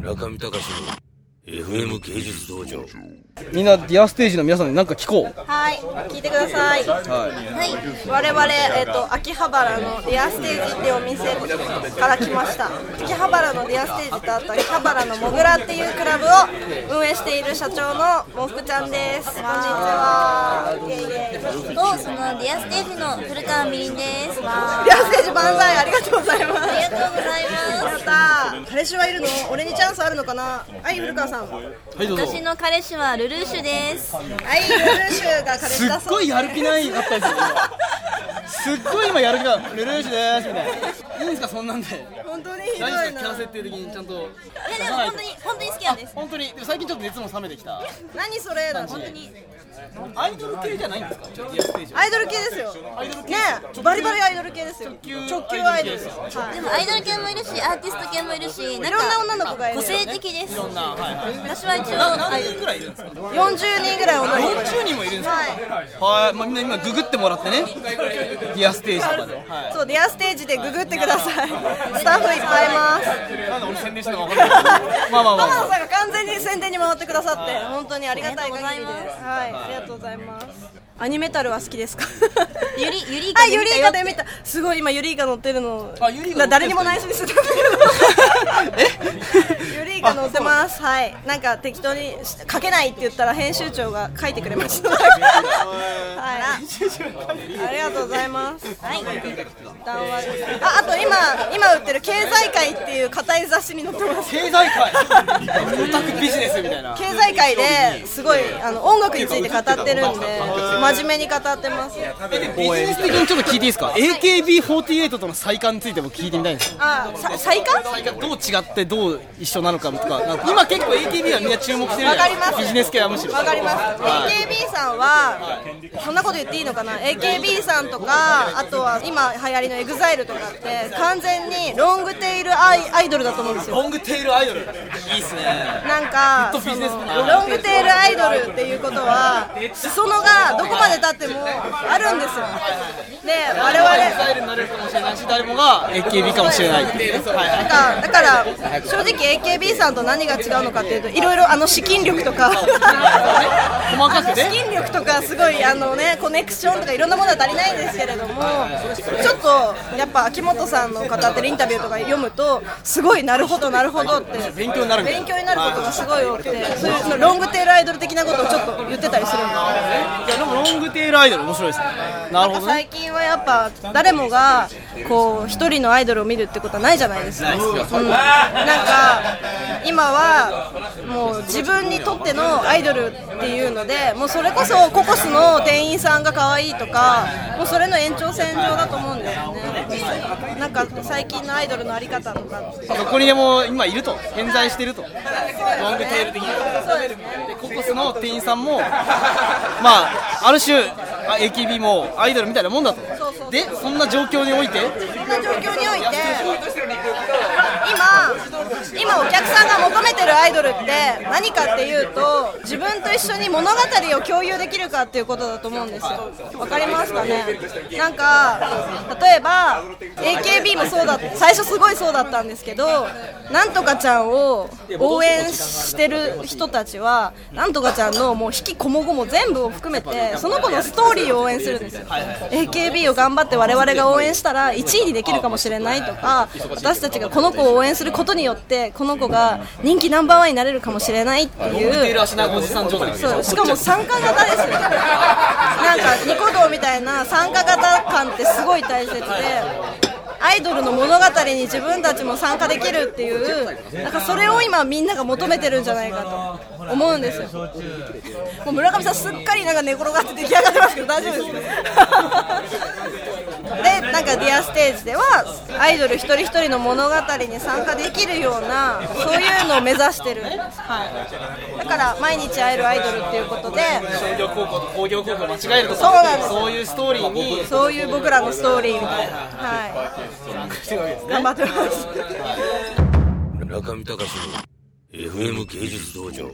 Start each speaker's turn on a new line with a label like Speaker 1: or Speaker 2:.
Speaker 1: 中見隆の FM 芸術道場
Speaker 2: みんなディアステージの皆さんに何か聞こう
Speaker 3: はい、聞いてください。
Speaker 2: はい
Speaker 4: はい。
Speaker 3: 我々、えっ、と、秋葉原のディアステージっていうお店から来ました。秋葉原のディアステージとあと秋葉原のモグラっていうクラブを運営している社長のもふくちゃんです。こんにちは。イエイイエイ
Speaker 4: と、そのディアステージの古川みりんです。あ
Speaker 3: ディアステージ万歳ありがとうございます。
Speaker 4: りがとうござ
Speaker 3: や
Speaker 4: いま
Speaker 3: っ
Speaker 4: す。
Speaker 3: たー彼氏はいるの俺にチャンスあるのかなはい、古川さん。はい、
Speaker 2: はいどうぞ
Speaker 4: 私の彼氏はルルーシュです。
Speaker 3: ルルーシュが彼
Speaker 2: す
Speaker 3: 氏
Speaker 2: っ
Speaker 3: だそう
Speaker 2: ごいやる気ないかったですよ今すっごい今やる気が「ルルーシュです」みたいないいんですかそんなんで
Speaker 3: 本当にひど
Speaker 2: 大
Speaker 3: い
Speaker 2: 丈夫ですかキャラ設定
Speaker 3: な。
Speaker 2: 的にちゃんと
Speaker 4: いや、でも本当に、本当に好きなんです。
Speaker 2: 本当にでも最近ちょっと熱も冷めてきた
Speaker 3: 何それだ
Speaker 2: 本当にアイドル系じゃないんですかディアステージは
Speaker 3: アイドル系ですよ。ねえ、バリバリアイドル系ですよ。直球アイドルですよ。はい。
Speaker 4: でもアイドル系もいるし、アーティスト系もいるし、
Speaker 3: い
Speaker 4: なん
Speaker 3: ろんな
Speaker 4: か
Speaker 3: 女の子がいる
Speaker 4: 個。性的です。
Speaker 2: そんなはいはい
Speaker 4: 私は一応アイドル。
Speaker 2: くらいいるんですか
Speaker 3: 40人ぐらい女の子。
Speaker 2: 40人もいるんですか
Speaker 3: は。
Speaker 2: はい、まあ、みんな今ググってもらってねディアステージとかで、はい
Speaker 3: そうディアステージでググってください。スタッフいっぱいいます。
Speaker 2: い、なんで俺宣伝したのか分かんないまあまあまあ、
Speaker 3: 浜
Speaker 2: ま
Speaker 3: 野
Speaker 2: あ
Speaker 3: さんが完全に宣伝に回ってくださって本当にありがたい限りです。
Speaker 4: あり
Speaker 3: はい、あり
Speaker 4: がとうございま
Speaker 3: がとうございます。アニメタルは好きですか？
Speaker 4: ゆりゆ
Speaker 3: あ
Speaker 4: りかで見たよ
Speaker 3: ユリイカで見た。すごい今ユリイカ乗ってるの。
Speaker 2: あユリイカ乗ってるんですか
Speaker 3: 誰にも内緒にし てたんだけど。え？ユリイカ乗ってます。はい。なんか適当にし書けないって言ったら編集長が書いてくれ ました。はい。ありがとうございます。
Speaker 4: はい。
Speaker 3: 談話ですああと今今売ってる経済界っていう硬い雑誌に載ってます。
Speaker 2: 経済界オタクビジネスみたいな
Speaker 3: 経済界ですごいあの音楽について語ってるんで真面目に語ってます
Speaker 2: ビジネス的にちょっと聞いていいですか AKB48 との再会についても聞いてみたいんです
Speaker 3: あさ再刊
Speaker 2: どう違ってどう一緒なのかとかなんか今結構 AKB はみんな注目してるじゃ
Speaker 3: わ
Speaker 2: な
Speaker 3: か
Speaker 2: い
Speaker 3: り
Speaker 2: で
Speaker 3: ますす
Speaker 2: かビジネス系はむしろ
Speaker 3: わかります
Speaker 2: はい
Speaker 3: AKB さんはこんなこと言っていいのかな AKB さんとかあとは今流行りの EXILE とかって完全にロングテイルアイアイドルだと思うんですよ
Speaker 2: ロングテールアイドルいいっすね
Speaker 3: なんか
Speaker 2: ずっとビジネスマン
Speaker 3: そのロングテールアイドルっていうことは裾野がどこまでたってもあるんですよで我々
Speaker 2: スタイルになれるかもしれないし誰もが AKB かもしれないっていうはい
Speaker 3: なんかだから正直 AKB さんと何が違うのかっていうといろいろあの資金力とか
Speaker 2: 細かく
Speaker 3: 資
Speaker 2: ね
Speaker 3: 金力とかすごいあのねコネクションとかいろんなものは足りないんですけれどもちょっとやっぱ秋元さんの語ってるインタビューとか読むとすごいなるほどなるほどって
Speaker 2: 勉強になるみたい
Speaker 3: 勉強になることがすごい多くてそういうロングテールアイドル的なことをちょっと言ってたりするんですよ
Speaker 2: いやでもロングテールアイドル面白いですねなるほどね
Speaker 3: 最近はやっぱ誰もがこう一人のアイドルを見るってことはないじゃないですか、うんなんか今はもう自分にとってのアイドルっていうのでもうそれこそココスの店員さんが可愛いとかもうそれの延長線上だと思うんですよねなんか最近のアイドルのあり方とか
Speaker 2: どこにでも今いると偏在しているとロングテール的に
Speaker 3: そうですね
Speaker 2: でココスの店員さんもまあある種あ AKB もアイドルみたいなもんだと
Speaker 3: そうそう
Speaker 2: でそんな状況において
Speaker 3: そんな状況において今今お客さんが求めてるアイドルって何かっていうと自分と一緒に物語を共有できるかっていうことだと思うんですよわかりますかねなんか例えば AKB もそうだ最初すごいそうだったんですけどなんとかちゃんを応援してる人たちはなんとかちゃんのもう引きこもごも全部を含めてその子のストーリーを応援するんですよ AKB を頑張って我々が応援したら1位にできるかもしれないとか私たちがこの子を応援することによってこの子が人気ナンバーワンになれるかもしれないって
Speaker 2: テー
Speaker 3: いう
Speaker 2: ル足長おじさん状態です
Speaker 3: そうしかも参加型ですよなんかニコ動みたいな参加型感ってすごい大切でアイドルの物語に自分たちも参加できるっていうなんかそれを今みんなが求めてるんじゃないかと思うんですよもう村上さんすっかりなんか寝転がって出来上がってますけど大丈夫ですでなんかディアステージではアイドル一人一人の物語に参加できるようなそういうのを目指してる、はい、だから毎日会えるアイドルっていうことで
Speaker 2: 商業高校と工業高校間違えると
Speaker 3: そうなんです
Speaker 2: そういうストーリーに
Speaker 3: そういう僕らのストーリーみたいなはい頑張ってます
Speaker 1: 中見隆の FM 芸術道場